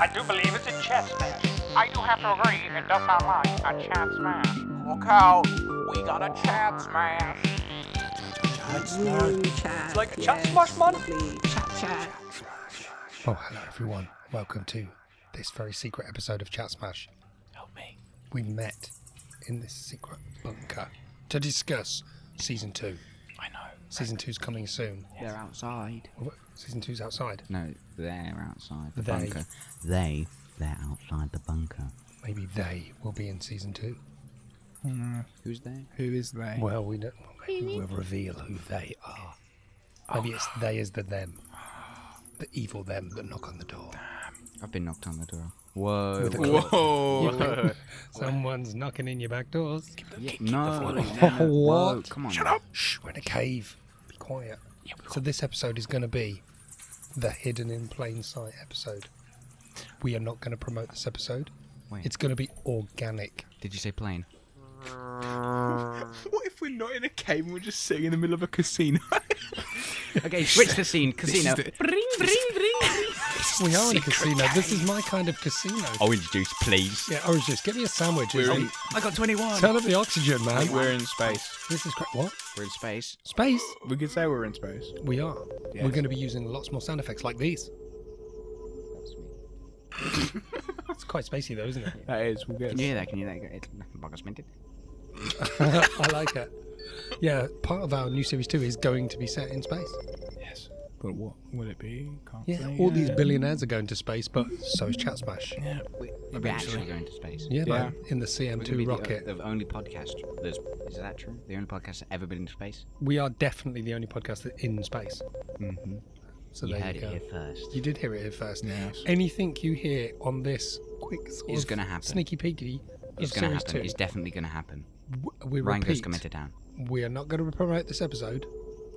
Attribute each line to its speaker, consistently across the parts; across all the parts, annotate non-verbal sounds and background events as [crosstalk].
Speaker 1: I do believe it's a chess match.
Speaker 2: I do have to agree, it does sound like a chance match.
Speaker 3: Look out, we got a chance match.
Speaker 4: Ooh, chat. It's
Speaker 1: like a chat smash, man.
Speaker 4: Chat, chat.
Speaker 5: Oh, hello everyone. Welcome to this very secret episode of Chat Smash.
Speaker 6: Help me.
Speaker 5: We met in this secret bunker to discuss season two.
Speaker 6: I know.
Speaker 5: Season two's coming soon.
Speaker 4: They're outside.
Speaker 5: Oh, Season two's outside.
Speaker 7: No, they're outside the
Speaker 5: They.
Speaker 7: bunker. They, they're outside the bunker.
Speaker 5: Maybe they will be in season two.
Speaker 7: Who's they?
Speaker 6: Who is they?
Speaker 5: Well, we don't. well, Maybe we'll reveal who they are. Maybe
Speaker 6: Oh.
Speaker 5: it's they as the them, the evil them that knock on the door.
Speaker 7: I've been knocked on the door. Whoa.
Speaker 5: With a
Speaker 7: whoa.
Speaker 6: Whoa!
Speaker 5: [laughs] Someone's knocking in your back doors.
Speaker 7: Yeah, no.
Speaker 5: Oh,
Speaker 7: [laughs] Whoa,
Speaker 5: what?
Speaker 7: Come on.
Speaker 5: Shut up. Shh, we're in a cave. Be quiet. So this episode is going to be the hidden in plain sight episode. We are not going to promote this episode.
Speaker 7: Wait.
Speaker 5: It's going to be organic.
Speaker 7: Did you say plane?
Speaker 6: What if we're not in a cave and we're just sitting in the middle of a casino?
Speaker 7: [laughs] Okay, switch the scene. Casino.
Speaker 5: We are in a casino. This is my kind of casino.
Speaker 7: Orange juice, please.
Speaker 5: Yeah, orange juice. Get me a sandwich.
Speaker 6: We're in-
Speaker 7: [laughs] I got 21.
Speaker 5: Turn up the oxygen, man.
Speaker 6: [laughs] we're in space.
Speaker 5: This is cra- what
Speaker 7: We're in space.
Speaker 5: space.
Speaker 6: We could say we're in space.
Speaker 5: We are.
Speaker 6: Yes.
Speaker 5: We're going to be using lots more sound effects like these. [laughs] It's quite spacey though, isn't it?
Speaker 6: That is, we'll get
Speaker 7: Can you hear that? Can you hear that? It's boggles minted.
Speaker 5: [laughs] I like it. Yeah, part of our new series two is going to be set in space.
Speaker 6: Yes. But what will it be? Can't
Speaker 5: Yeah,
Speaker 6: say
Speaker 5: all these
Speaker 6: yet.
Speaker 5: billionaires are going to space, but so is Chat Smash. Yeah,
Speaker 7: We're actually going to space.
Speaker 5: man, in the
Speaker 7: We're gonna be
Speaker 5: CM2 rocket.
Speaker 7: The, the only podcast. That's, is that true? The only podcast that's ever been in space?
Speaker 5: we are definitely the only podcast that in space.
Speaker 7: Mm-hmm.
Speaker 5: So
Speaker 7: you
Speaker 5: there
Speaker 7: heard
Speaker 5: you go.
Speaker 7: it here first.
Speaker 5: You did hear it here first.
Speaker 6: Yes.
Speaker 5: Anything you hear on this quick sort
Speaker 7: Is
Speaker 5: of
Speaker 7: gonna happen.
Speaker 5: sneaky peeky of
Speaker 7: It's going to
Speaker 5: series
Speaker 7: happen.
Speaker 5: two,
Speaker 7: It's definitely going to happen.
Speaker 5: w- we
Speaker 7: Rango's
Speaker 5: repeat,
Speaker 7: commented down.
Speaker 5: we are not going to promote this episode,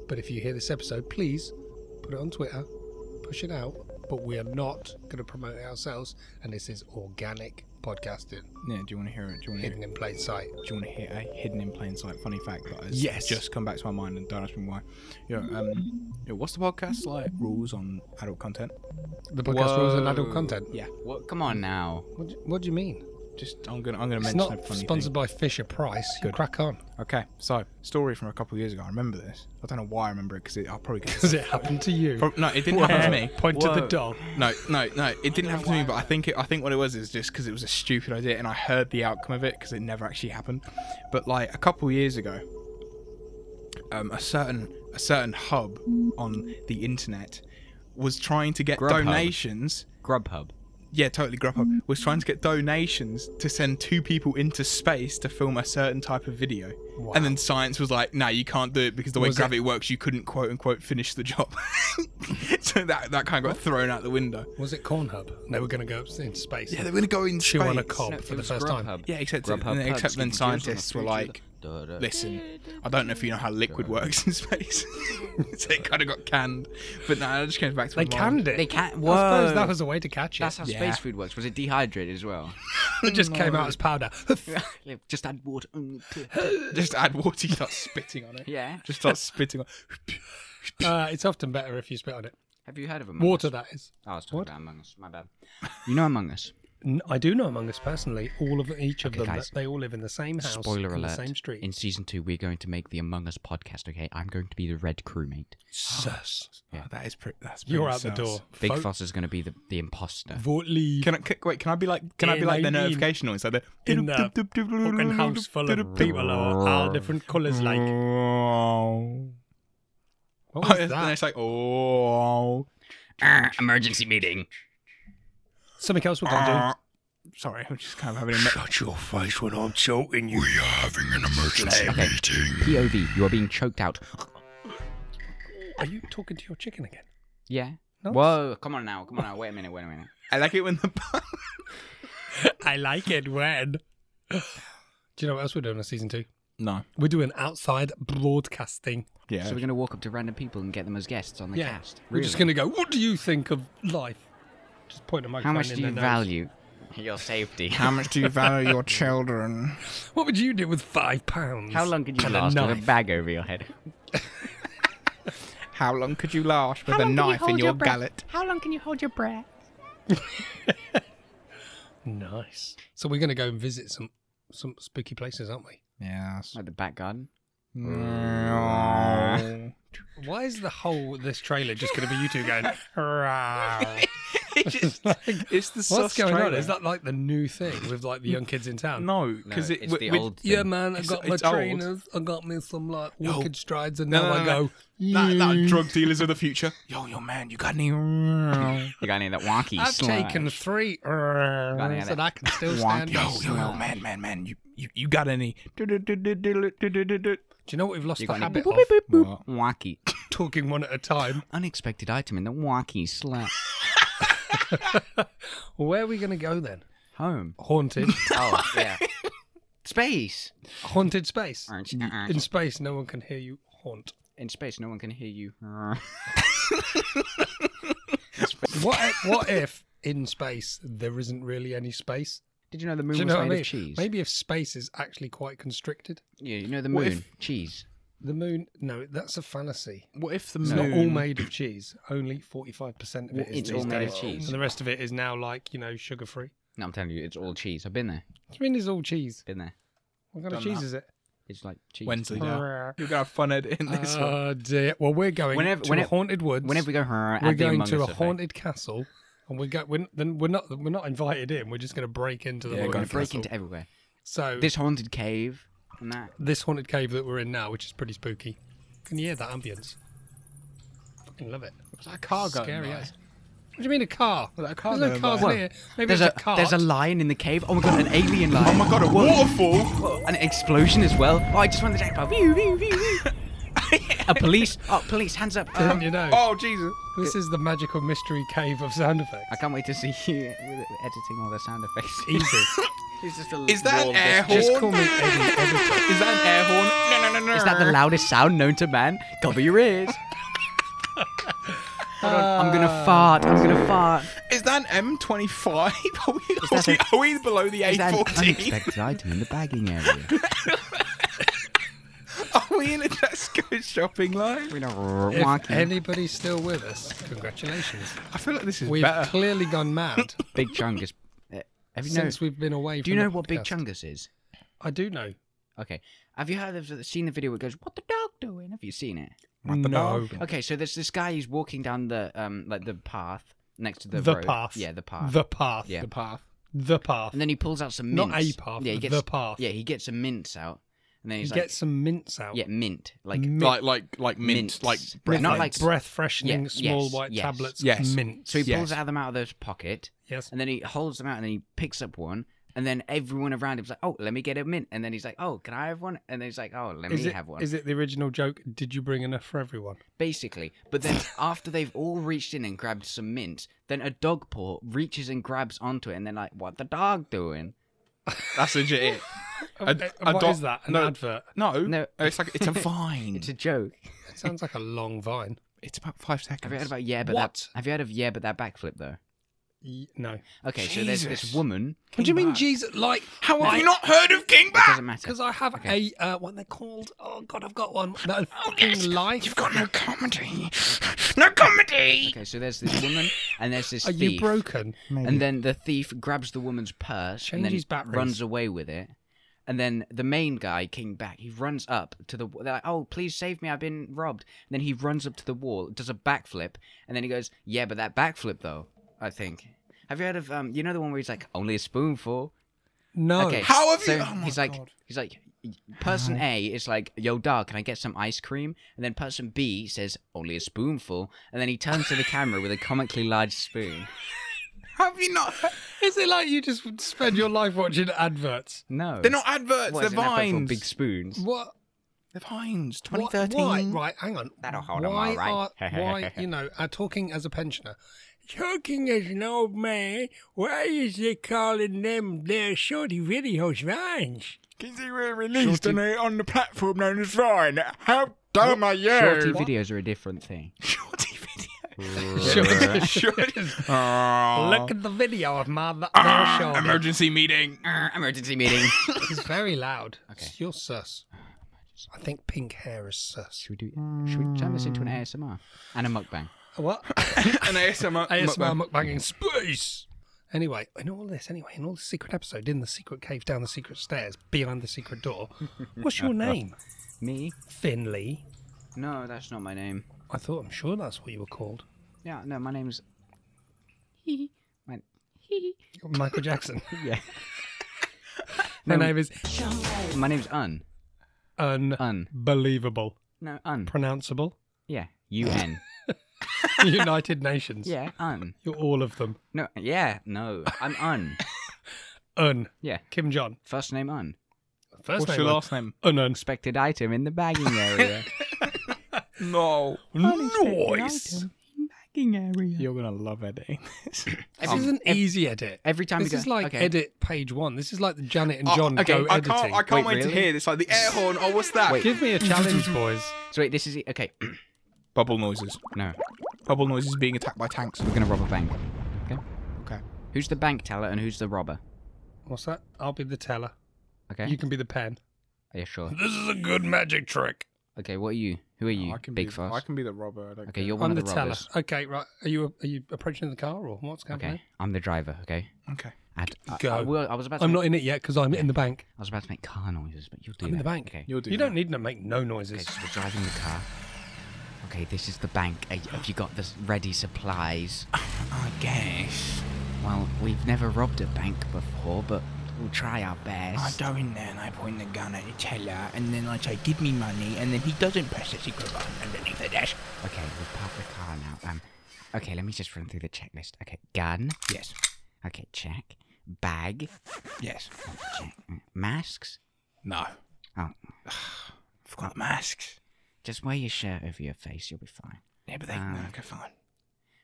Speaker 5: but if you hear this episode, please put it on Twitter, push it out. But we are not going to promote it ourselves, and this is organic podcasting,
Speaker 6: Yeah, do you want to hear it? Do you want to hear
Speaker 5: hidden in plain sight.
Speaker 6: do you want to hear a hidden in plain sight funny fact that has
Speaker 5: Yes.
Speaker 6: just come back to my mind and don't ask me why? Yo, um, yo, what's the podcast like? Rules on adult content?
Speaker 5: The podcast rules and adult
Speaker 6: Whoa.
Speaker 5: content.
Speaker 6: Yeah,
Speaker 7: What? Come on now.
Speaker 5: What do, what do you mean?
Speaker 6: just I'm gonna I'm gonna
Speaker 5: It's
Speaker 6: mention a
Speaker 5: not
Speaker 6: funny
Speaker 5: sponsored by Fisher Price. You
Speaker 6: Good.
Speaker 5: crack on.
Speaker 6: thing. Okay, so story from a couple of years ago. I remember this. I don't know why I remember it because I'll probably [laughs] get
Speaker 5: Does it happen to you?
Speaker 6: Prob- no, it didn't [laughs] happen to me.
Speaker 5: [laughs] Point to the
Speaker 6: Whoa.
Speaker 5: dog.
Speaker 6: No, no, no. It didn't happen to me, but I think it, I think what it was is just because it was a stupid idea, and I heard the outcome of it because it never actually happened. But like a couple years ago, um, a certain a certain hub on the internet was trying to get
Speaker 7: Grubhub.
Speaker 6: donations.
Speaker 7: Grubhub.
Speaker 6: Yeah, totally. Grubhub was trying to get donations to send two people into space to film a certain type of video, and then science was like, "No, you can't do it because the way
Speaker 5: Was it-
Speaker 6: gravity works, you couldn't quote unquote finish the job." [laughs] so that that kind of got thrown out the window.
Speaker 5: Was it Cornhub? And they were going to go up into space.
Speaker 6: Yeah, they were gonna go in
Speaker 5: Chew
Speaker 6: space.
Speaker 5: on a cob for the first time.
Speaker 6: Yeah, except
Speaker 7: Grubhub
Speaker 6: and then-
Speaker 7: pubs
Speaker 6: except then
Speaker 7: give you deals on the
Speaker 6: scientists were
Speaker 7: food you
Speaker 6: like,
Speaker 7: lo- Duh, duh.
Speaker 6: "Listen, I don't know if you know how liquid works in space." so it kind of got canned. But no, that just came back to
Speaker 5: They
Speaker 6: my mind.
Speaker 5: canned it.
Speaker 7: They can't.
Speaker 5: I suppose that
Speaker 7: whoa.
Speaker 5: was a way to catch it.
Speaker 7: That's how
Speaker 6: Yeah.
Speaker 7: space food works. Was it dehydrated as
Speaker 6: [laughs]
Speaker 7: well?
Speaker 5: [laughs]
Speaker 7: [laughs]
Speaker 5: it just came out as powder. [laughs]
Speaker 7: Just add water. Mm, t-
Speaker 6: [laughs] Just add water, you start spitting on it.
Speaker 7: yeah.
Speaker 6: Just start spitting on.
Speaker 5: uh, it's often better if you spit on it.
Speaker 7: Have you heard of Among
Speaker 5: Water,
Speaker 7: Us?
Speaker 5: that is.
Speaker 7: Oh, I was talking
Speaker 5: What?
Speaker 7: about Among Us. My bad. [laughs] You know Among Us.
Speaker 5: N- I do know Among Us personally. All of each of
Speaker 7: Okay,
Speaker 5: them,
Speaker 7: guys.
Speaker 5: they all live in the same house,
Speaker 7: [laughs] Spoiler
Speaker 5: on
Speaker 7: alert.
Speaker 5: the same street.
Speaker 7: In season two, we're going to make the Among Us podcast. Okay, I'm going to be the red crewmate.
Speaker 5: Sus.
Speaker 6: Oh, that is pretty. That's pretty
Speaker 5: You're out the
Speaker 6: sus.
Speaker 5: door.
Speaker 7: Big
Speaker 5: Folk-
Speaker 7: Foss is going to be the, the imposter.
Speaker 5: Vote leave.
Speaker 6: Can I c- wait? Can I be like? Can I be
Speaker 5: Yeah,
Speaker 6: like the
Speaker 5: maybe.
Speaker 6: notification noise? Like the
Speaker 5: In that Fucking house full of people are all different colours. Like
Speaker 6: Oh.
Speaker 5: what was
Speaker 6: and then
Speaker 5: that?
Speaker 6: it's like oh.
Speaker 7: Ah, emergency [laughs] meeting.
Speaker 5: Something else we're gonna
Speaker 6: Sorry, I'm just kind of having a. Me-
Speaker 8: your face when I'm choking you. We're having an emergency meeting.
Speaker 7: POV. You are being choked out.
Speaker 5: do. Are you talking to your chicken again?
Speaker 7: Yeah.
Speaker 5: Nice.
Speaker 7: Whoa! Come on now. Come on now. Wait a minute. Wait a minute.
Speaker 6: I like it when the.
Speaker 5: I like it when. do you know what else we're doing in season two?
Speaker 6: no.
Speaker 5: We're doing outside broadcasting.
Speaker 6: Yeah.
Speaker 7: So we're going to walk up to random people and get them as guests on the
Speaker 5: yeah,
Speaker 7: cast.
Speaker 5: we're just gonna go. What do you think of life? Just point a microphone
Speaker 7: How much
Speaker 5: in
Speaker 7: do you
Speaker 5: their nose.
Speaker 7: value [laughs] your safety?
Speaker 6: How much do you value your children?
Speaker 5: What would you do with five pounds?
Speaker 7: How long could you
Speaker 5: and
Speaker 7: last
Speaker 5: a
Speaker 7: with a
Speaker 5: knife?
Speaker 7: bag over your head? [laughs]
Speaker 6: How long could you last with a knife in your, gallet?
Speaker 2: How long can you hold your breath?
Speaker 9: nice.
Speaker 5: So we're going to go and visit some some spooky places, aren't we?
Speaker 6: Yes.
Speaker 7: Like the back garden.
Speaker 6: Mm.
Speaker 5: Why is the whole this trailer just going to be you two going? "Hurrah."
Speaker 6: [laughs] It's
Speaker 5: [laughs]
Speaker 6: just, it's the
Speaker 5: What's
Speaker 6: sus
Speaker 5: going on?
Speaker 6: trailer.
Speaker 5: Is that like the new thing with like the young kids in town?
Speaker 6: no?
Speaker 7: No,
Speaker 6: Because it,
Speaker 7: it's the
Speaker 6: with-
Speaker 7: old.
Speaker 5: Yeah,
Speaker 7: thing.
Speaker 5: man, I
Speaker 6: It's-
Speaker 5: got my
Speaker 6: it's old.
Speaker 5: trainers. I got me some like
Speaker 6: No.
Speaker 5: wicked strides, and
Speaker 6: No,
Speaker 5: now
Speaker 6: no,
Speaker 5: I
Speaker 6: no,
Speaker 5: go.
Speaker 6: that, that drug dealers of the future. Yo, yo, man, you [laughs] got any? yo,
Speaker 7: You got any of that wonky
Speaker 5: I've
Speaker 7: slime?
Speaker 5: taken three, hurrahs,
Speaker 7: it.
Speaker 5: and I can still
Speaker 7: Want
Speaker 5: stand.
Speaker 7: yo,
Speaker 5: up.
Speaker 7: yo.
Speaker 6: yo, yo, man, man, man, you, you, you got any? What?
Speaker 5: Do you know what we've lost
Speaker 7: You
Speaker 5: the
Speaker 7: got any-
Speaker 5: habit of?
Speaker 7: Wonky.
Speaker 5: Talking one at a time.
Speaker 7: Unexpected item in the wonky slime.
Speaker 5: Where are we going to go then?
Speaker 7: Home.
Speaker 5: Haunted,
Speaker 7: Oh
Speaker 5: [laughs]
Speaker 7: yeah. Space.
Speaker 5: haunted space.
Speaker 7: Aren't you- aren't
Speaker 5: In
Speaker 7: you-
Speaker 5: space, no one can hear you haunt.
Speaker 7: uh, In space, no one can hear you. [laughs]
Speaker 5: What? If, what if in space there isn't really any space?
Speaker 7: Did you know the moon was
Speaker 5: Do you know what I
Speaker 7: made
Speaker 5: mean?
Speaker 7: of cheese?
Speaker 5: Maybe if space is actually quite constricted,
Speaker 7: Yeah, you know the
Speaker 6: What
Speaker 7: moon,
Speaker 6: if-
Speaker 7: cheese.
Speaker 5: the moon. No, that's a fallacy.
Speaker 6: What if the
Speaker 5: It's
Speaker 6: moon?
Speaker 5: not all made of cheese. Only forty-five percent of it is
Speaker 7: It's
Speaker 5: these
Speaker 7: all made
Speaker 5: days,
Speaker 7: of cheese.
Speaker 5: and the rest of it is now like you know sugar-free.
Speaker 7: No, I'm telling you, it's all cheese. I've been there.
Speaker 5: What do you mean it's all cheese?
Speaker 7: Been there.
Speaker 5: What kind of
Speaker 6: Done
Speaker 5: cheese
Speaker 6: that.
Speaker 5: is it?
Speaker 7: It's like cheese.
Speaker 6: Wednesday.
Speaker 5: Hurrah.
Speaker 6: Yeah. You're gonna have fun editing this one.
Speaker 5: Oh dear. Well, we're going
Speaker 7: Whenever-
Speaker 5: to
Speaker 7: whenever-
Speaker 5: a haunted woods.
Speaker 7: Whenever we go, "Huh,"
Speaker 5: we're
Speaker 7: add the
Speaker 5: going
Speaker 7: Among
Speaker 5: to
Speaker 7: Us
Speaker 5: a
Speaker 7: effect.
Speaker 5: haunted castle, and we're going. We're, then we're not. We're not invited in. We're just going to break into the
Speaker 6: Yeah,
Speaker 7: We're
Speaker 5: haunted
Speaker 7: gonna
Speaker 6: going
Speaker 7: break
Speaker 5: castle.
Speaker 7: into everywhere.
Speaker 5: so this
Speaker 7: This haunted cave and that.
Speaker 5: this haunted cave that we're in now, which is pretty spooky. Can you hear that ambience? Fucking love it.
Speaker 6: Was that a car going
Speaker 5: Scary
Speaker 6: by?
Speaker 5: as. What do you mean a car?
Speaker 6: Was that a car
Speaker 5: There's no
Speaker 6: going
Speaker 5: cars
Speaker 6: by?
Speaker 5: near. Maybe
Speaker 7: There's
Speaker 5: it's
Speaker 7: a,
Speaker 5: a, car.
Speaker 7: there's
Speaker 5: [laughs]
Speaker 7: a lion in the cave. Oh my god, an alien lion.
Speaker 6: Oh my god, a waterfall!
Speaker 7: An explosion as well. Oh, I just won the jackpot. Whew, whew, whew,
Speaker 5: [laughs]
Speaker 7: whew. a police. Oh, police, hands up.
Speaker 5: Didn't you know?
Speaker 6: Oh Jesus!
Speaker 5: this is the magical mystery cave of sound effects.
Speaker 7: I can't wait to see you with- editing all the sound effects.
Speaker 5: [laughs] Easy.
Speaker 7: [laughs] It's just a
Speaker 6: Is that
Speaker 7: wall
Speaker 6: an
Speaker 7: of
Speaker 6: air horn?
Speaker 5: Just call me Eddie Everton.
Speaker 6: Is that an air horn? No, no, no, no.
Speaker 7: Is that the loudest sound known to man? Cover your
Speaker 5: [laughs]
Speaker 7: ears. Hold on, I'm gonna fart. I'm gonna fart.
Speaker 6: Is that an M25? [laughs] Are we, are
Speaker 7: that
Speaker 6: we,
Speaker 7: a-
Speaker 6: are we below the
Speaker 7: Is that an
Speaker 6: A40?
Speaker 7: unexpected item in the bagging area?
Speaker 6: Are we in a Tesco shopping line?
Speaker 7: We don't wonky.
Speaker 5: If anybody's still with us, congratulations.
Speaker 6: I feel like this is
Speaker 5: We've
Speaker 6: better.
Speaker 5: clearly gone mad
Speaker 7: Big
Speaker 5: [laughs]
Speaker 7: Chungus. Uh, have [laughs] you know,
Speaker 5: since we've been away.
Speaker 7: do
Speaker 5: from
Speaker 7: you know
Speaker 5: the
Speaker 7: what Big
Speaker 5: podcast.
Speaker 7: Chungus is?
Speaker 5: I do know.
Speaker 7: Okay. Have you heard of seen the video where it goes, "What the dog doing?" Have you seen it?
Speaker 5: No.
Speaker 7: Okay, so there's this guy. He's walking down the um like the path next to the
Speaker 5: The
Speaker 7: road.
Speaker 5: path.
Speaker 7: Yeah, the path.
Speaker 5: The path.
Speaker 7: Yeah.
Speaker 5: The,
Speaker 6: path.
Speaker 5: path.
Speaker 7: And then he pulls out some mints.
Speaker 5: Not a path,
Speaker 7: Yeah, he
Speaker 5: the
Speaker 7: gets
Speaker 5: path.
Speaker 7: Yeah, he gets some mints out, and then
Speaker 5: you
Speaker 7: he's
Speaker 5: get
Speaker 7: like,
Speaker 5: some mints out.
Speaker 7: yeah, mint, like
Speaker 5: Mint.
Speaker 6: Like, like, like mint.
Speaker 7: Mints.
Speaker 6: Like
Speaker 7: Breath
Speaker 5: not
Speaker 7: Not
Speaker 5: like
Speaker 7: like-
Speaker 5: breath freshening,
Speaker 7: Yeah,
Speaker 5: small
Speaker 7: yes,
Speaker 5: white
Speaker 7: yes.
Speaker 5: tablets.
Speaker 6: Yes.
Speaker 5: Mints.
Speaker 7: So he pulls
Speaker 6: Yes.
Speaker 7: it out of them out of those pocket,
Speaker 5: yes.
Speaker 7: and then he holds them out, and then he picks up one, and then everyone around him's like, "Oh, let me get a mint," and then he's like, "Oh, can I have one?" And then he's like, "Oh, let
Speaker 5: Is
Speaker 7: me
Speaker 5: it,
Speaker 7: have one."
Speaker 5: is it the original joke? Did you bring enough for everyone?
Speaker 7: Basically, but then after they've all reached in and grabbed some mint, then a dog paw reaches and grabs onto it, and then like, "What the dog doing?"
Speaker 6: That's legit [laughs] it.
Speaker 5: Uh, What is
Speaker 6: a dog-
Speaker 5: that? An
Speaker 6: no.
Speaker 5: advert?
Speaker 6: No,
Speaker 7: No.
Speaker 6: It's like
Speaker 7: [laughs]
Speaker 6: it's a vine.
Speaker 7: It's a joke.
Speaker 5: It sounds like a long vine.
Speaker 6: It's about five seconds.
Speaker 7: Have you heard about yeah, but
Speaker 5: What?
Speaker 7: that? Have you heard of yeah, but that backflip though?
Speaker 5: Y- No.
Speaker 7: Okay, so there's this
Speaker 6: Jesus.
Speaker 7: woman.
Speaker 5: What do you mean, Jesus? Like, how
Speaker 6: Have you not heard of King
Speaker 7: It
Speaker 6: Bat?
Speaker 7: doesn't matter.
Speaker 5: Because I have
Speaker 7: Okay. Oh,
Speaker 5: a uh, what they're called. Oh God, I've got one. That fucking life.
Speaker 6: You've got no comedy. No comedy.
Speaker 7: Okay, so there's this woman, and there's this
Speaker 5: Are
Speaker 7: thief.
Speaker 5: you broken?
Speaker 7: And then the thief grabs the woman's purse
Speaker 5: Change
Speaker 7: and then
Speaker 5: his batteries.
Speaker 7: runs away with it. And then the main guy, King Back, he runs up to the. They're like, "Oh, please save me! I've been robbed." And then he runs up to the wall, does a backflip, and then he goes, "Yeah, but that backflip though, I think." Have you heard of um? You know the one where he's like, "Only a spoonful."
Speaker 5: No.
Speaker 7: Okay.
Speaker 6: How have
Speaker 7: so
Speaker 6: you- oh my
Speaker 7: he's like,
Speaker 6: God.
Speaker 7: he's like, person A is like, "Yo, dog, can I get some ice cream?" And then person B says, "Only a spoonful." And then he turns to the camera with a comically large spoon.
Speaker 6: Have you not? Heard?
Speaker 5: Is it like you just spend your life watching adverts?
Speaker 7: No,
Speaker 6: They're not adverts.
Speaker 7: Oh. What,
Speaker 6: they're
Speaker 7: is it an advert for
Speaker 6: vines.
Speaker 7: Big spoons.
Speaker 5: What?
Speaker 6: They're vines.
Speaker 5: what-
Speaker 6: 2013.
Speaker 5: Why? Right. Hang on.
Speaker 7: That'll hold 'em
Speaker 5: why
Speaker 7: all right. [laughs]
Speaker 5: Are, why? You know, are talking as a pensioner. Talking as an old man. Why is they calling them their shorty videos vines?
Speaker 6: Because they were released on, a, on the platform known as Vine. How dumb are you?
Speaker 7: Shorty videos are a different thing.
Speaker 6: Shorty video. [laughs]
Speaker 5: Shorty-
Speaker 6: Ah.
Speaker 5: [laughs] Look at the video of my their
Speaker 7: Ah,
Speaker 5: shorty.
Speaker 6: Emergency meeting.
Speaker 7: emergency meeting.
Speaker 5: It's very loud.
Speaker 7: [laughs] Okay.
Speaker 5: You're sus. I think pink hair is sus.
Speaker 7: [laughs] [laughs] should we do? Should we turn this into an ASMR and a mukbang?
Speaker 5: [laughs] What?
Speaker 6: [laughs] An
Speaker 5: [laughs]
Speaker 6: ASMR.
Speaker 5: ASMR
Speaker 6: mukbang.
Speaker 5: mukbang in space. Anyway, in all this, anyway, in all the secret episode, in the secret cave, down the secret stairs, behind the secret door,
Speaker 7: [laughs]
Speaker 5: what's your name?
Speaker 7: Me?
Speaker 5: Finley.
Speaker 7: No, that's not my name.
Speaker 5: I thought, I'm sure that's what you were called.
Speaker 7: Yeah, no, my name's. my...
Speaker 5: Michael Jackson.
Speaker 7: Yeah.
Speaker 5: My name is
Speaker 7: My name's Un. Un.
Speaker 5: unbelievable.
Speaker 7: No, Un.
Speaker 5: Pronounceable.
Speaker 7: Yeah. U N.
Speaker 5: United Nations.
Speaker 7: Yeah, Un.
Speaker 5: You're all of them.
Speaker 7: No, yeah, no. I'm Un.
Speaker 5: Un.
Speaker 7: Yeah.
Speaker 5: Kim John.
Speaker 7: First name Un.
Speaker 5: First
Speaker 6: What's
Speaker 5: name.
Speaker 6: your
Speaker 5: Un.
Speaker 6: last name?
Speaker 5: Un Un.
Speaker 7: Expected item in the bagging area.
Speaker 6: No.
Speaker 5: Noise.
Speaker 7: bagging area.
Speaker 6: You're gonna love eh? editing this.
Speaker 5: This is an Um, easy edit.
Speaker 7: Every time
Speaker 5: This
Speaker 7: you go,
Speaker 5: is like
Speaker 7: okay.
Speaker 5: edit page one. This is like the Janet and [laughs] John
Speaker 6: Oh, okay,
Speaker 5: go
Speaker 6: I
Speaker 5: editing.
Speaker 6: can't. I
Speaker 7: Wait,
Speaker 6: can't wait, to
Speaker 7: really?
Speaker 6: hear this. Like the air horn. Oh, what's that?
Speaker 7: Wait.
Speaker 5: Give me a challenge, boys.
Speaker 7: So wait, this is it. Okay. [clears throat]
Speaker 6: Bubble noises.
Speaker 7: no,
Speaker 6: Bubble noises being attacked by tanks.
Speaker 7: we're gonna rob a bank. Okay.
Speaker 6: Okay.
Speaker 7: Who's the bank teller and who's the robber?
Speaker 5: What's that? I'll be the teller.
Speaker 7: Okay.
Speaker 5: You can be the pen.
Speaker 7: Yeah, sure.
Speaker 5: This is a good magic trick.
Speaker 7: Okay, what are you? Who are you? Big
Speaker 6: be.
Speaker 7: Fuss.
Speaker 6: Oh, I can be the robber. I don't
Speaker 7: Okay,
Speaker 6: care.
Speaker 7: you're one
Speaker 5: I'm
Speaker 7: of
Speaker 5: the,
Speaker 7: the,
Speaker 5: teller.
Speaker 7: robbers.
Speaker 5: Okay, right. Are you are you approaching the car or what's going on?
Speaker 7: Okay, I'm the driver. Okay.
Speaker 6: Okay.
Speaker 7: And I-
Speaker 5: Go.
Speaker 7: I, will- I was about to.
Speaker 5: I'm
Speaker 7: make,
Speaker 5: not in it yet because I'm in the bank.
Speaker 7: I was about to make car noises, but you'll do
Speaker 5: I'm
Speaker 7: that.
Speaker 5: in the bank.
Speaker 7: Okay.
Speaker 6: You'll do.
Speaker 5: You
Speaker 6: that.
Speaker 5: don't need to make no
Speaker 7: Okay,
Speaker 5: noises.
Speaker 7: so we're driving the car. Okay, this is the bank. Are- Have you got the s- ready supplies?
Speaker 6: I guess.
Speaker 7: Well, we've never robbed a bank before, but we'll try our
Speaker 3: I
Speaker 7: best.
Speaker 3: go in there and I point the gun at the teller, and then I say, "Give me money," and then he doesn't press the secret button underneath the desk.
Speaker 7: Okay, we've parked the car now. Um, okay, let me just run through the checklist. Okay, gun.
Speaker 3: Yes,
Speaker 7: Okay, check. Bag.
Speaker 3: yes.
Speaker 7: Check. Masks.
Speaker 3: No.
Speaker 7: Oh,
Speaker 3: [sighs] Forgot the masks.
Speaker 7: just wear your shirt over your face. You'll be fine.
Speaker 3: Yeah, but they.
Speaker 7: Ah.
Speaker 3: okay, fine.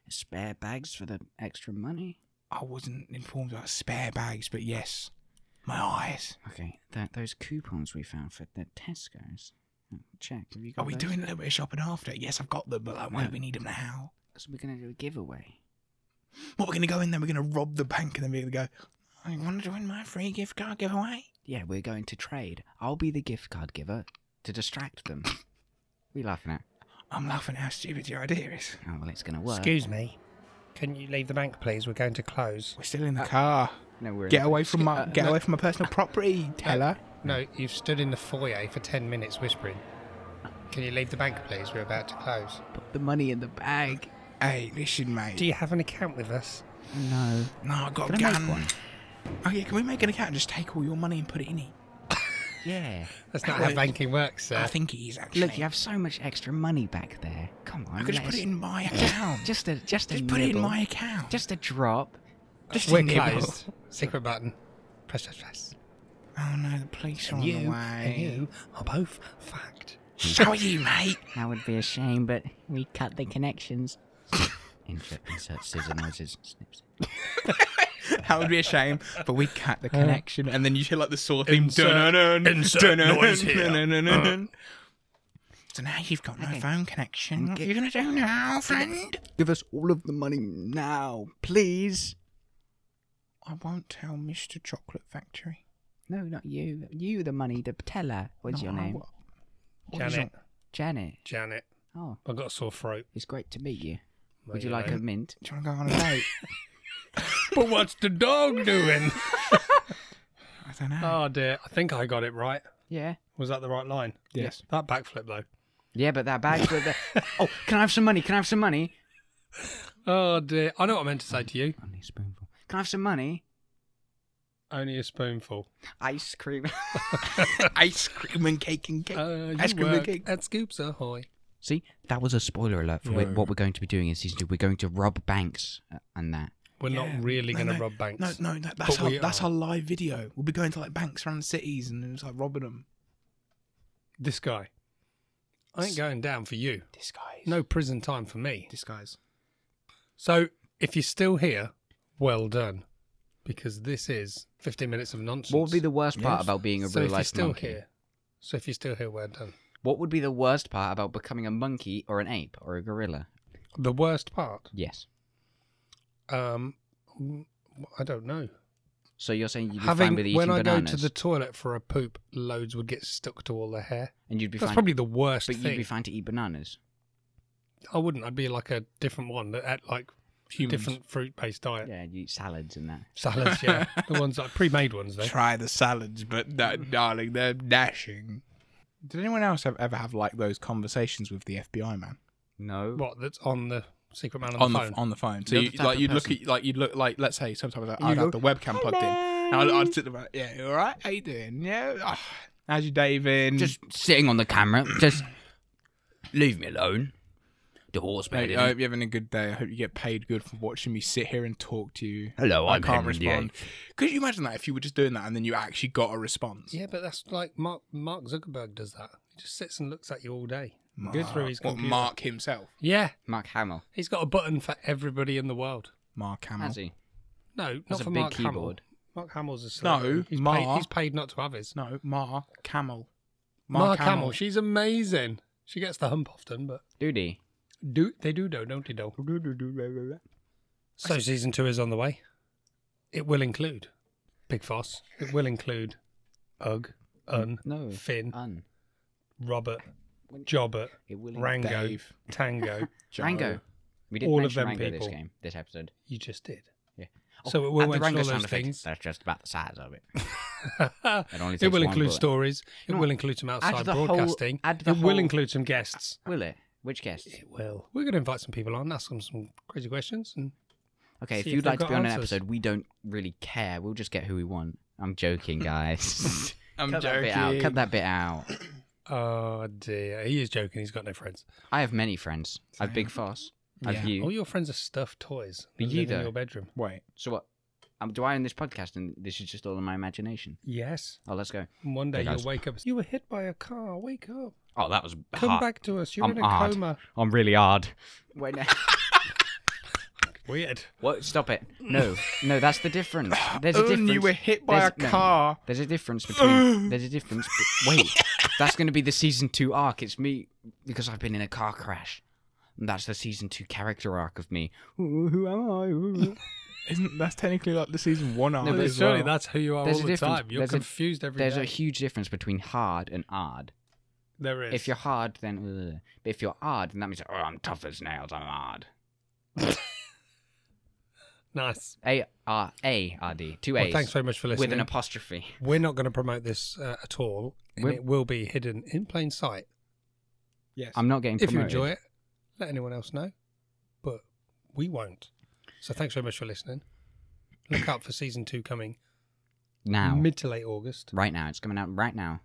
Speaker 7: Spare bags for the extra money.
Speaker 3: I wasn't informed about spare bags, but yes, my eyes.
Speaker 7: Okay, that those coupons we found for the Tesco's. Oh, Check. Have you got
Speaker 3: Are we
Speaker 7: those?
Speaker 3: doing a little bit of shopping after? Yes, I've got them, but like, why do we need them now?
Speaker 7: Because we're gonna do a giveaway.
Speaker 3: What we're gonna go in there? We're gonna rob the bank, and then we're gonna go. "Oh, I want to win my free gift card giveaway.
Speaker 7: Yeah, we're going to trade. I'll be the gift card giver to distract them. we laughing at?
Speaker 3: I'm laughing at how stupid your idea is.
Speaker 7: Oh well, it's gonna work.
Speaker 5: me. Can you leave the bank, please? We're going to close.
Speaker 6: We're still in
Speaker 7: Uh,
Speaker 6: the car.
Speaker 7: No, we're in
Speaker 6: Get
Speaker 7: the-
Speaker 6: away from my.
Speaker 7: Uh,
Speaker 6: Get away from my personal property,
Speaker 3: uh,
Speaker 6: teller.
Speaker 5: No, you've stood in the foyer for ten minutes whispering. Can you leave the bank, please? We're about to close.
Speaker 7: Put the money in the bag.
Speaker 3: Hey, listen, mate.
Speaker 5: Do you have an account with us?
Speaker 7: No.
Speaker 3: no, I got
Speaker 7: Can I
Speaker 3: a
Speaker 7: make
Speaker 3: gun.
Speaker 7: one?
Speaker 3: Oh yeah, can we make an account and just take all your money and put it in it?
Speaker 7: Yeah.
Speaker 5: That's not how
Speaker 3: Wait.
Speaker 5: banking works, sir.
Speaker 3: I think it is actually.
Speaker 7: Look, you have so much extra money back there. Come on.
Speaker 3: I could just
Speaker 7: let
Speaker 3: put it
Speaker 7: us-
Speaker 3: in
Speaker 6: [laughs]
Speaker 3: my account.
Speaker 7: [laughs] Just a just a
Speaker 3: Just put it in
Speaker 7: nibble.
Speaker 3: my account.
Speaker 7: Just a drop.
Speaker 3: just
Speaker 5: We're
Speaker 3: a nibble.
Speaker 5: closed. Secret button. Press, press, press.
Speaker 3: Oh no, the police are on the
Speaker 5: You
Speaker 3: way.
Speaker 5: and you are both fact.
Speaker 3: So are you, mate.
Speaker 7: That would be a shame, but we cut the connections. [laughs] insert, insert scissor noises. Snips.
Speaker 6: [laughs] That would be a shame, but we cut the connection, and then you hear like the sort of theme.
Speaker 5: Insert-
Speaker 6: dun-dun-dun,
Speaker 5: insert
Speaker 6: dun-dun-dun,
Speaker 5: noise here.
Speaker 6: dun-dun-dun-dun.
Speaker 3: So now you've got no
Speaker 7: Okay.
Speaker 3: phone connection.
Speaker 6: Mm,
Speaker 3: What
Speaker 7: Okay.
Speaker 3: are you gonna do now, friend?
Speaker 7: Give us all of the money now, please.
Speaker 3: I won't tell Mr. Chocolate Factory.
Speaker 7: No, not you. You, the money, the teller. What's your
Speaker 3: No, I
Speaker 7: name?
Speaker 3: wa- What is
Speaker 5: Janet.
Speaker 7: Janet.
Speaker 5: Janet.
Speaker 7: Oh,
Speaker 5: I've got a sore throat.
Speaker 7: it's great to meet you.
Speaker 5: Well,
Speaker 7: Would you
Speaker 5: you
Speaker 7: like
Speaker 5: know.
Speaker 7: a mint?
Speaker 3: Do you wanna go on a date?
Speaker 5: But what's the dog
Speaker 7: [laughs]
Speaker 5: doing?
Speaker 3: I don't
Speaker 5: [laughs]
Speaker 3: know.
Speaker 5: oh dear. I think I got it right.
Speaker 7: Yeah.
Speaker 5: Was that the right line?
Speaker 6: Yes.
Speaker 5: That backflip though.
Speaker 7: Yeah, but that bag. but that- [laughs] Oh, can I have some money? Can I have some money?
Speaker 5: Oh dear. I know what I meant to say to you.
Speaker 7: Only a spoonful. Can I have some money?
Speaker 5: Only a [laughs] spoonful.
Speaker 7: Ice [laughs] cream.
Speaker 3: Ice cream and cake and cake.
Speaker 5: Oh. Uh,
Speaker 3: Ice
Speaker 5: Ice
Speaker 3: cream
Speaker 5: cream
Speaker 3: and
Speaker 5: work
Speaker 3: cake.
Speaker 5: at Scoops Ahoy.
Speaker 7: See, that was a spoiler alert for what we're going to be doing in season two. We're going to rob banks uh, and that.
Speaker 5: We're
Speaker 3: Yeah.
Speaker 5: not really
Speaker 3: No,
Speaker 5: going to
Speaker 3: no,
Speaker 5: rob banks.
Speaker 3: No, no, that, that's
Speaker 5: But
Speaker 3: our
Speaker 5: we
Speaker 3: that's
Speaker 5: are.
Speaker 3: our live video. We'll be going to like banks around the cities and it's like robbing them.
Speaker 5: This guy. I ain't going down for you.
Speaker 3: Disguise.
Speaker 5: No prison time for me.
Speaker 3: disguise.
Speaker 5: So, if you're still here, well done. Because this is 15 minutes of nonsense.
Speaker 7: What would be the worst part
Speaker 6: Yes.
Speaker 7: about being a
Speaker 5: so
Speaker 7: real
Speaker 5: if you're
Speaker 7: life
Speaker 5: still
Speaker 7: monkey?
Speaker 5: here, So, if you're still here, well done.
Speaker 7: What would be the worst part about becoming a monkey or an ape or a gorilla?
Speaker 5: The worst part?
Speaker 7: Yes.
Speaker 5: Um, mm, I don't know.
Speaker 7: So you're saying you'd be fine
Speaker 5: Having
Speaker 7: with eating
Speaker 5: When I
Speaker 7: bananas,
Speaker 5: go to the toilet for a poop, loads would get stuck to all the hair.
Speaker 7: and you'd be
Speaker 5: That's
Speaker 7: fine.
Speaker 5: probably the worst
Speaker 7: but you'd
Speaker 5: thing.
Speaker 7: be fine to eat bananas.
Speaker 5: I wouldn't. I'd be like a different one that ate like
Speaker 6: humans.
Speaker 5: different fruit-based diet.
Speaker 7: Yeah, you eat salads and that. [laughs]
Speaker 5: Salads, yeah, the ones like pre-made ones though.
Speaker 6: Try the salads, but that,
Speaker 5: Mm-hmm.
Speaker 6: darling, they're dashing. Did anyone else have, ever have like those conversations with the FBI man
Speaker 7: No.
Speaker 5: What that's on the secret man on,
Speaker 6: on
Speaker 5: the
Speaker 6: the
Speaker 5: phone.
Speaker 6: on the phone? So
Speaker 7: You're
Speaker 6: you,
Speaker 7: the type
Speaker 6: like
Speaker 7: of
Speaker 6: you'd look
Speaker 7: person-
Speaker 6: at like you'd look like let's say sometimes I- I'd
Speaker 5: you
Speaker 6: have the webcam plugged in. And I'd, I'd sit there, like, yeah, you all right, how you doing? Yeah, Ah, how's your day been?
Speaker 7: Just sitting on the camera. Just [coughs] leave me alone. The horse
Speaker 6: Mate,
Speaker 7: made
Speaker 6: I hope you're having a good day. I hope you get paid good for watching me sit here and talk to you.
Speaker 7: Hello,
Speaker 6: I
Speaker 7: I'm
Speaker 6: can't
Speaker 7: Henry
Speaker 6: respond. Could you imagine that if you were just doing that and then you actually got a response?
Speaker 5: Yeah, but that's like Mark Mark Zuckerberg does that. He just sits and looks at you all day.
Speaker 6: Mark,
Speaker 5: Good through his
Speaker 6: or
Speaker 5: computer.
Speaker 6: Mark himself.
Speaker 5: Yeah,
Speaker 7: Mark Hamill.
Speaker 5: he's got a button for everybody in the world.
Speaker 6: Mark Hamill.
Speaker 7: Has he?
Speaker 5: No, not
Speaker 7: That's a
Speaker 5: for
Speaker 7: big
Speaker 5: Mark Hamill.
Speaker 7: keyboard.
Speaker 5: Mark Hamill's a
Speaker 6: No,
Speaker 5: celebrity. he's Paid,
Speaker 6: Mark-
Speaker 5: he's paid not to have his.
Speaker 6: No, Mark Hamill.
Speaker 5: Mark, Hamill. she's amazing. She gets the hump often, but
Speaker 7: Doody.
Speaker 5: do they do do don't they do? So season two is on the way. It will include Big Foss. It will include Ugg, Un,
Speaker 7: No.
Speaker 5: Finn,
Speaker 7: Un.
Speaker 5: Robert, Jobbert,
Speaker 7: It will
Speaker 5: Rango,
Speaker 6: Dave.
Speaker 5: [laughs] Tango.
Speaker 7: Rango. We didn't
Speaker 5: All of
Speaker 7: mention
Speaker 5: them
Speaker 7: Rango this
Speaker 5: people.
Speaker 7: game, this episode.
Speaker 5: You just did.
Speaker 7: Yeah.
Speaker 5: So it will
Speaker 7: add the
Speaker 5: mention
Speaker 7: Rango
Speaker 5: all those
Speaker 7: sound effect.
Speaker 5: things.
Speaker 7: That's just about the size of it.
Speaker 5: [laughs]
Speaker 7: only
Speaker 5: it
Speaker 7: takes
Speaker 5: will
Speaker 7: one
Speaker 5: include
Speaker 7: bullet.
Speaker 5: stories. It
Speaker 7: No,
Speaker 5: will include some outside
Speaker 7: the whole-
Speaker 5: broadcasting.
Speaker 7: add the
Speaker 5: it will
Speaker 7: whole-
Speaker 5: include some guests.
Speaker 7: Will it? Which guest?
Speaker 5: It will. We're going to invite some people on, ask them some crazy questions, and
Speaker 7: Okay,
Speaker 5: See
Speaker 7: if
Speaker 5: if
Speaker 7: you'd
Speaker 5: they've
Speaker 7: like to
Speaker 5: got
Speaker 7: be on an
Speaker 5: answers.
Speaker 7: episode, we don't really care. We'll just get who we want. I'm joking, guys.
Speaker 6: I'm
Speaker 7: Cut that
Speaker 6: joking.
Speaker 7: bit out. Cut that bit out.
Speaker 5: Oh dear, he is joking. He's got no friends.
Speaker 7: I have many friends. I've Big Foss. I've
Speaker 6: Yeah.
Speaker 7: you.
Speaker 5: All your friends are stuffed toys.
Speaker 7: But
Speaker 5: that
Speaker 7: you
Speaker 5: live in
Speaker 7: don't.
Speaker 5: your bedroom.
Speaker 6: Wait.
Speaker 7: So what? Um, do I own this podcast and this is just all in my imagination?
Speaker 5: Yes.
Speaker 7: Oh, let's go.
Speaker 5: And one day
Speaker 7: Hey,
Speaker 5: you'll
Speaker 7: guys.
Speaker 5: wake up. You were hit by a car. Wake up.
Speaker 7: Oh, that was
Speaker 5: Come
Speaker 7: hard.
Speaker 5: back to us. You're
Speaker 7: I'm
Speaker 5: in a
Speaker 7: hard.
Speaker 5: coma.
Speaker 7: I'm really hard. Wait, no.
Speaker 5: Weird.
Speaker 7: [laughs] what? Stop it. No, no, that's the difference. There's a
Speaker 6: Oh, and
Speaker 7: difference.
Speaker 6: you were hit by
Speaker 7: There's-
Speaker 6: a
Speaker 7: no.
Speaker 6: car.
Speaker 7: There's a difference
Speaker 5: [gasps]
Speaker 7: between. There's a difference. be- Wait, that's going to be the season two arc. It's me because I've been in a car crash. And that's the season two character arc of me. Ooh, who am I?
Speaker 6: Isn't that's technically like the season one arc?
Speaker 7: but
Speaker 6: as
Speaker 5: surely
Speaker 6: well.
Speaker 5: that's who you are
Speaker 7: There's a
Speaker 5: all the
Speaker 7: difference.
Speaker 5: time. You're
Speaker 7: There's a-
Speaker 5: confused every day.
Speaker 7: There's a huge difference between hard and ard.
Speaker 5: there is.
Speaker 7: If you're hard, then ugh. but if you're hard, then that means oh, I'm tough as nails. I'm hard.
Speaker 5: nice.
Speaker 7: A R A R D. Two A's.
Speaker 5: Well, thanks very much for listening.
Speaker 7: with an apostrophe.
Speaker 5: We're not going to promote this uh, at all. And
Speaker 7: We're-
Speaker 5: it will be hidden in plain sight.
Speaker 6: yes.
Speaker 7: I'm not getting
Speaker 5: If
Speaker 7: promoted.
Speaker 5: you enjoy it, let anyone else know. But we won't. So thanks very much for listening. Look out for season two coming
Speaker 7: now,
Speaker 5: mid to late August.
Speaker 7: right now, it's coming out right now.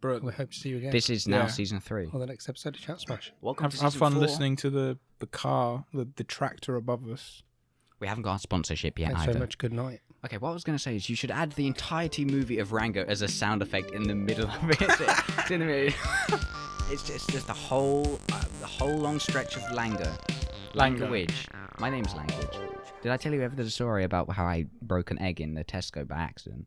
Speaker 6: Bro,
Speaker 5: We hope to see you again
Speaker 7: This is now
Speaker 6: Yeah.
Speaker 7: season three.
Speaker 5: on the next episode of Chat Smash.
Speaker 7: Welcome
Speaker 6: have, have fun listening to the the car, the, the tractor above us.
Speaker 7: We haven't got a sponsorship yet
Speaker 5: Thanks
Speaker 7: either.
Speaker 5: so much. Good night.
Speaker 7: Okay, what I was going to say is you should add the entirety movie of Rango as a sound effect in the middle of it. [laughs] it's in the middle. [laughs] it's just there's the whole uh, the whole long stretch of Lango. Language. My name's Language. Did I tell you ever the story about how I broke an egg in the Tesco by accident?